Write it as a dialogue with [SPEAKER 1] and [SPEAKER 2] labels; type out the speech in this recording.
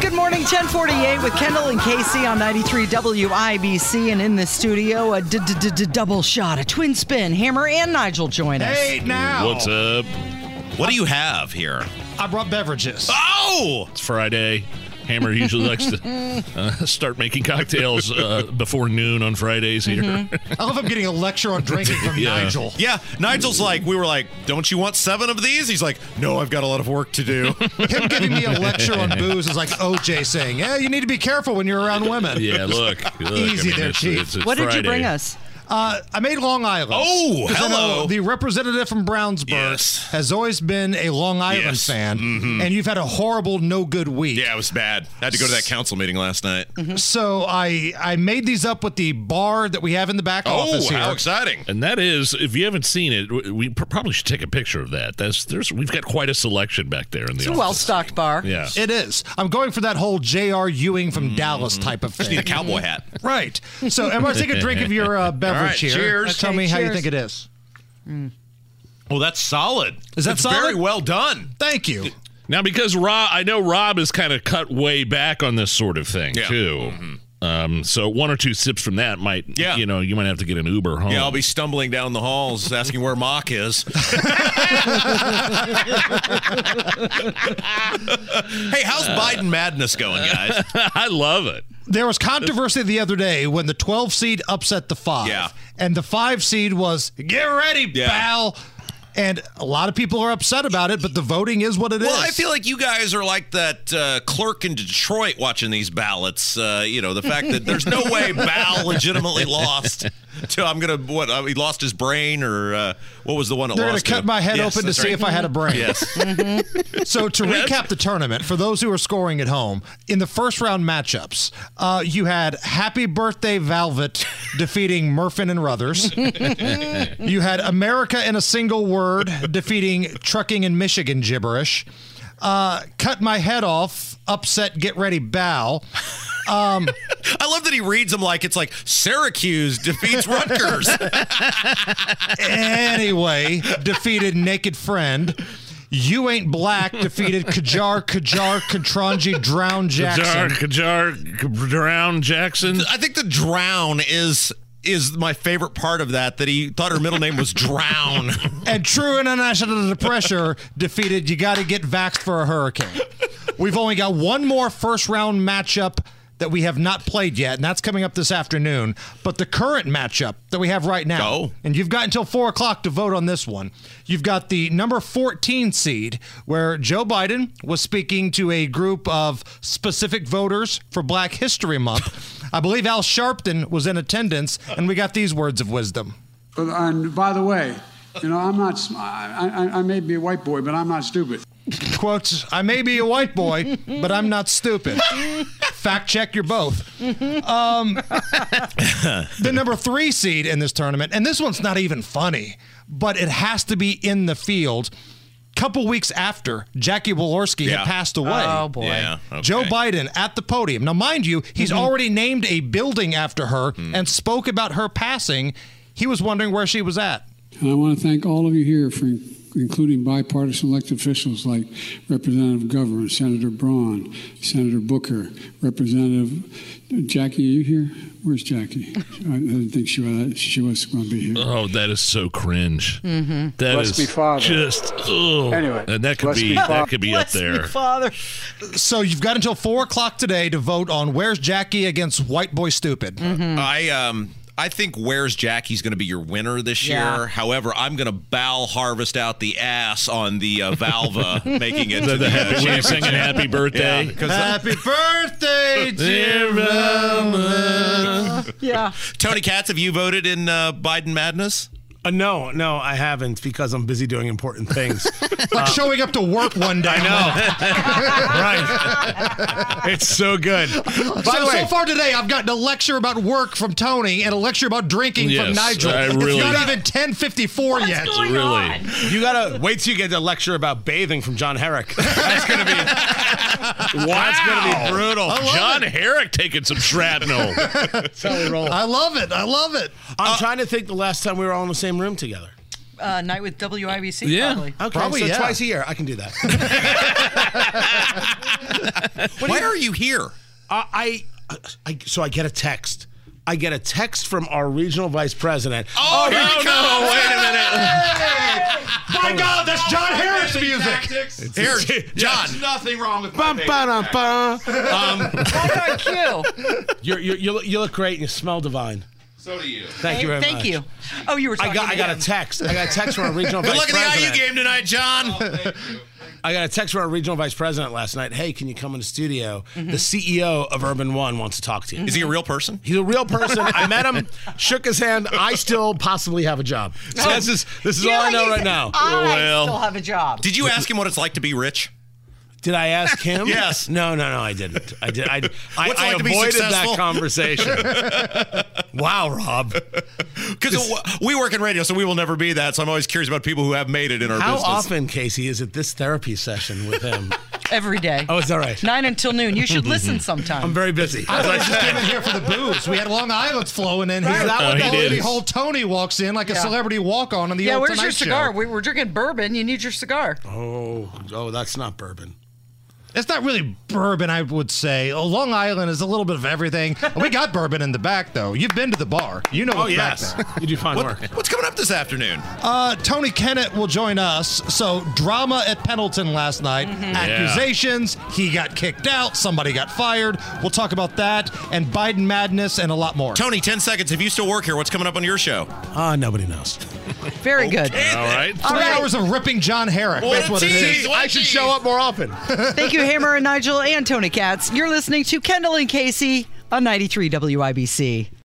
[SPEAKER 1] Good morning, 1048 with Kendall and Casey on 93 WIBC. And in the studio, a d- d- d- d- double shot, a twin spin. Hammer and Nigel join us.
[SPEAKER 2] Hey, now.
[SPEAKER 3] What's
[SPEAKER 1] Oh.
[SPEAKER 3] up? What do you have here?
[SPEAKER 2] I brought beverages.
[SPEAKER 3] Oh, it's Friday. Hammer usually likes to uh, start making cocktails uh, before noon on Fridays here.
[SPEAKER 1] Mm-hmm.
[SPEAKER 2] I love I'm getting a lecture on drinking from
[SPEAKER 3] Yeah.
[SPEAKER 2] Nigel.
[SPEAKER 4] Yeah, Nigel's like, we were like, don't you want seven of these? He's like, no, I've got a lot of work to do.
[SPEAKER 2] Him giving me a lecture on booze is like OJ saying, yeah, you need to be careful when you're around women.
[SPEAKER 3] yeah, look. look,
[SPEAKER 2] Easy there,
[SPEAKER 3] it's-
[SPEAKER 2] Chief.
[SPEAKER 3] it's- it's
[SPEAKER 1] what did you
[SPEAKER 3] Friday.
[SPEAKER 1] bring us?
[SPEAKER 2] Uh, I made Long Island.
[SPEAKER 3] Oh,
[SPEAKER 2] 'Cause I know
[SPEAKER 3] hello.
[SPEAKER 2] The representative from Brownsburg
[SPEAKER 3] Yes.
[SPEAKER 2] has always been a Long Island
[SPEAKER 3] Yes. Mm-hmm.
[SPEAKER 2] fan, and you've had a horrible, no good week.
[SPEAKER 4] Yeah, it was bad. I had to go to that council meeting last night.
[SPEAKER 2] Mm-hmm. So I I made these up with the bar that we have in the back office
[SPEAKER 4] Oh,
[SPEAKER 2] here.
[SPEAKER 4] how exciting.
[SPEAKER 3] And that is, if you haven't seen it, w- we pr- probably should take a picture of that. That's there's we've got quite a selection back there in the
[SPEAKER 1] It's a
[SPEAKER 3] office.
[SPEAKER 1] well stocked bar.
[SPEAKER 3] Yeah,
[SPEAKER 2] It is. I'm going for that whole J.R. Ewing
[SPEAKER 3] Mm-hmm.
[SPEAKER 2] from Dallas type of thing.
[SPEAKER 4] Need a cowboy hat.
[SPEAKER 2] Right. So, everybody take a drink of your uh, beverage
[SPEAKER 4] right,
[SPEAKER 2] here.
[SPEAKER 4] cheers.
[SPEAKER 2] Tell
[SPEAKER 1] Okay,
[SPEAKER 2] me how you
[SPEAKER 1] cheers.
[SPEAKER 2] think it is.
[SPEAKER 4] Oh, that's solid.
[SPEAKER 2] Is that
[SPEAKER 4] It's
[SPEAKER 2] solid?
[SPEAKER 4] Very well done.
[SPEAKER 2] Thank you.
[SPEAKER 3] Now, because Rob, I know Rob is kind of cut way back on this sort of thing
[SPEAKER 4] Yeah. Mm-hmm.
[SPEAKER 3] too. Um, so one or two sips from that might,
[SPEAKER 4] Yeah.
[SPEAKER 3] you know, you might have to get an Uber home.
[SPEAKER 4] Yeah, I'll be stumbling down the halls asking where Mock is. hey, how's Biden madness going, guys?
[SPEAKER 3] I love it.
[SPEAKER 2] There was controversy the other day when the 12 seed upset the 5.
[SPEAKER 4] Yeah.
[SPEAKER 2] And the 5 seed was, get ready,
[SPEAKER 4] Yeah.
[SPEAKER 2] pal. And a lot of people are upset about it, but the voting is what it is.
[SPEAKER 4] Well, I feel like you guys are like that uh, clerk in Detroit watching these ballots. Uh, you know, the fact that there's no way Bal legitimately lost. To, I'm gonna what? Uh, he lost his brain, or uh, what was the one that
[SPEAKER 2] They're going
[SPEAKER 4] lost?
[SPEAKER 2] to cut my head open to see if I had a brain. Mm-hmm.
[SPEAKER 4] Yes.
[SPEAKER 2] So to recap the tournament, for those who are scoring at home, in the first round matchups, uh, you had Happy Birthday Velvet defeating Murfin and Ruthers. you had America in a single word defeating Trucking and Michigan gibberish. Uh, cut my head off. Upset. Get ready. Bow.
[SPEAKER 4] I love that he reads them like it's like Syracuse defeats Rutgers.
[SPEAKER 2] Anyway, defeated Naked Friend. You ain't black. Defeated Kajar Kajar Katranji Drown
[SPEAKER 3] Kajar,
[SPEAKER 2] Jackson.
[SPEAKER 3] Kajar, Drown Jackson.
[SPEAKER 4] I think the drown is is my favorite part of that. That he thought her middle name was Drown.
[SPEAKER 2] and true international pressure defeated you got to get vaxxed for a hurricane we've only got one more first round matchup that we have not played yet and that's coming up this afternoon but the current matchup that we have right now
[SPEAKER 4] Go.
[SPEAKER 2] and you've got until four o'clock to vote on this one you've got the number 14 seed where joe biden was speaking to a group of specific voters for black history month i believe al sharpton was in attendance and we got these words of wisdom
[SPEAKER 5] But and by the way, you know, I'm not. sm- I, I, I may be a white boy, but I'm not stupid.
[SPEAKER 2] quote, I may be a white boy, but I'm not stupid. Fact check, you're both. Um, the number three seed in this tournament, and this one's not even funny, but it has to be in the field. Couple weeks after Jackie Walorski
[SPEAKER 4] Yeah.
[SPEAKER 2] had passed away.
[SPEAKER 1] Oh, boy. Mm-hmm.
[SPEAKER 4] okay.
[SPEAKER 2] Joe Biden at the podium. Now, mind you, he's already named a building after her
[SPEAKER 4] Mm.
[SPEAKER 2] and spoke about her passing. He was wondering where she was at.
[SPEAKER 5] And I want to thank all of you here for including bipartisan elected officials like Representative Governor, Senator Braun, Senator Booker, Representative uh, Jackie. Are you here? Where's Jackie? I I didn't think she was. She was going to be here.
[SPEAKER 3] Oh, that is so cringe. Mm-hmm.
[SPEAKER 5] Bless me, Father.
[SPEAKER 3] just ugh.
[SPEAKER 5] Anyway,
[SPEAKER 3] and that could
[SPEAKER 5] bless
[SPEAKER 3] be
[SPEAKER 5] me,
[SPEAKER 3] that
[SPEAKER 5] Father.
[SPEAKER 3] could be
[SPEAKER 1] Bless
[SPEAKER 3] up
[SPEAKER 1] me,
[SPEAKER 3] there.
[SPEAKER 1] Father.
[SPEAKER 2] So you've got until four o'clock today to vote on where's Jackie against white boy stupid.
[SPEAKER 4] I um I think Where's Jackie's going to be your winner this
[SPEAKER 1] Yeah.
[SPEAKER 4] year. However, I'm going to bow harvest out the ass on the uh, Valva making it to the,
[SPEAKER 3] Happy,
[SPEAKER 4] uh,
[SPEAKER 3] when you
[SPEAKER 4] championship.
[SPEAKER 3] singing "Happy Birthday."
[SPEAKER 4] Yeah, 'cause uh,
[SPEAKER 2] Happy birthday,
[SPEAKER 3] Dear Mama.
[SPEAKER 1] Yeah.
[SPEAKER 4] Tony Katz, have you voted in uh, Biden madness?
[SPEAKER 6] Uh, no, no, I haven't because I'm busy doing important things. Uh,
[SPEAKER 2] Like showing up to work one day.
[SPEAKER 6] I know. right. It's so good. By
[SPEAKER 2] so,
[SPEAKER 6] the way,
[SPEAKER 2] so far today, I've gotten a lecture about work from Tony and a lecture about drinking from
[SPEAKER 3] Yes,
[SPEAKER 2] Nigel.
[SPEAKER 3] I
[SPEAKER 2] it's
[SPEAKER 3] really-
[SPEAKER 2] not even 1054 yet.
[SPEAKER 3] really.
[SPEAKER 6] you gotta wait till you get the lecture about bathing from John Herrick. That's gonna be wow. That's gonna be brutal.
[SPEAKER 3] John Herrick taking some shrapnel.
[SPEAKER 6] That's how we roll.
[SPEAKER 2] I love it. I love it.
[SPEAKER 6] I'm trying to think the last time we were all in the same room together.
[SPEAKER 1] Uh, night with WIBC,
[SPEAKER 3] Yeah.
[SPEAKER 1] probably.
[SPEAKER 6] Okay,
[SPEAKER 2] Probably,
[SPEAKER 6] so
[SPEAKER 2] yeah.
[SPEAKER 6] twice a year. I can do that.
[SPEAKER 4] Why are you here?
[SPEAKER 6] Uh, I, I, I, so I get a text. I get a text from our regional vice president. Oh,
[SPEAKER 4] no, no, wait a minute.
[SPEAKER 2] My God, that's John
[SPEAKER 4] Oh.
[SPEAKER 2] Harris music.
[SPEAKER 4] Here, John. nothing wrong with
[SPEAKER 6] bum, bum, bum, bum. Um,
[SPEAKER 1] Why not you?
[SPEAKER 6] you're, you're, you look- you look great and you smell divine.
[SPEAKER 4] So do you.
[SPEAKER 6] Thank you very
[SPEAKER 1] Thank
[SPEAKER 6] much.
[SPEAKER 1] you. Oh, you were talking
[SPEAKER 6] I got,
[SPEAKER 1] to
[SPEAKER 6] I got
[SPEAKER 1] him.
[SPEAKER 6] a text. I got a text from our regional
[SPEAKER 4] Good
[SPEAKER 6] vice
[SPEAKER 4] luck at
[SPEAKER 6] president.
[SPEAKER 4] the IU game tonight, John.
[SPEAKER 6] I got a text from our regional vice president last night. Hey, can you come in the studio? The CEO of Urban One wants to talk to you.
[SPEAKER 4] Mm-hmm. Is he a real person?
[SPEAKER 6] He's a real person. I met him, shook his hand. I still possibly have a job. So this is this is
[SPEAKER 1] You
[SPEAKER 6] all I
[SPEAKER 1] like
[SPEAKER 6] know
[SPEAKER 1] his-
[SPEAKER 6] right now.
[SPEAKER 4] uh,
[SPEAKER 1] I
[SPEAKER 3] Well.
[SPEAKER 1] still have a job.
[SPEAKER 4] Did you ask him what it's like to be rich?
[SPEAKER 6] Did I ask him?
[SPEAKER 4] Yes.
[SPEAKER 6] No, no, no, I didn't. I did. I, I,
[SPEAKER 4] What's it
[SPEAKER 6] I
[SPEAKER 4] like to be
[SPEAKER 6] avoided that
[SPEAKER 4] successful?
[SPEAKER 6] conversation. wow, Rob.
[SPEAKER 4] Because we work in radio, so we will never be that. So I'm always curious about people who have made it in our
[SPEAKER 6] How
[SPEAKER 4] business.
[SPEAKER 6] often, Casey, is it this therapy session with him?
[SPEAKER 1] Every day.
[SPEAKER 6] Oh, it's all right.
[SPEAKER 1] Nine until noon. You should listen sometime.
[SPEAKER 6] I'm very busy.
[SPEAKER 2] I was just came in here for the booze. We had Long Island flowing in here.
[SPEAKER 6] That
[SPEAKER 3] Oh,
[SPEAKER 2] The
[SPEAKER 3] he did.
[SPEAKER 2] lady whole Tony walks in like a
[SPEAKER 1] Yeah.
[SPEAKER 2] celebrity walk on on the
[SPEAKER 1] yeah,
[SPEAKER 2] old
[SPEAKER 1] where's
[SPEAKER 2] Tonight
[SPEAKER 1] your cigar?
[SPEAKER 2] Show.
[SPEAKER 1] We, we're drinking bourbon. You need your cigar.
[SPEAKER 6] Oh, oh, that's not bourbon.
[SPEAKER 2] It's not really bourbon, I would say. Oh, Long Island is a little bit of everything. we got bourbon in the back, though. You've been to the bar. You know
[SPEAKER 6] Oh
[SPEAKER 2] what's
[SPEAKER 6] yes,
[SPEAKER 2] back there.
[SPEAKER 6] you do fine work.
[SPEAKER 4] What, what's coming up this afternoon?
[SPEAKER 2] Uh, Tony Kennett will join us. So, drama at Pendleton last night. Accusations. He got kicked out. Somebody got fired. We'll talk about that and Biden madness and a lot more.
[SPEAKER 4] Tony, 10 seconds. If you still work here, what's coming up on your show?
[SPEAKER 6] Ah, nobody knows.
[SPEAKER 1] Very good.
[SPEAKER 3] All right.
[SPEAKER 2] Three
[SPEAKER 1] right.
[SPEAKER 2] hours of ripping John Herrick. That's what it
[SPEAKER 4] Ortiz,
[SPEAKER 2] is.
[SPEAKER 6] I should show up more often.
[SPEAKER 1] Thank you, Hammer and Nigel and Tony Katz. You're listening to Kendall and Casey on 93 WIBC.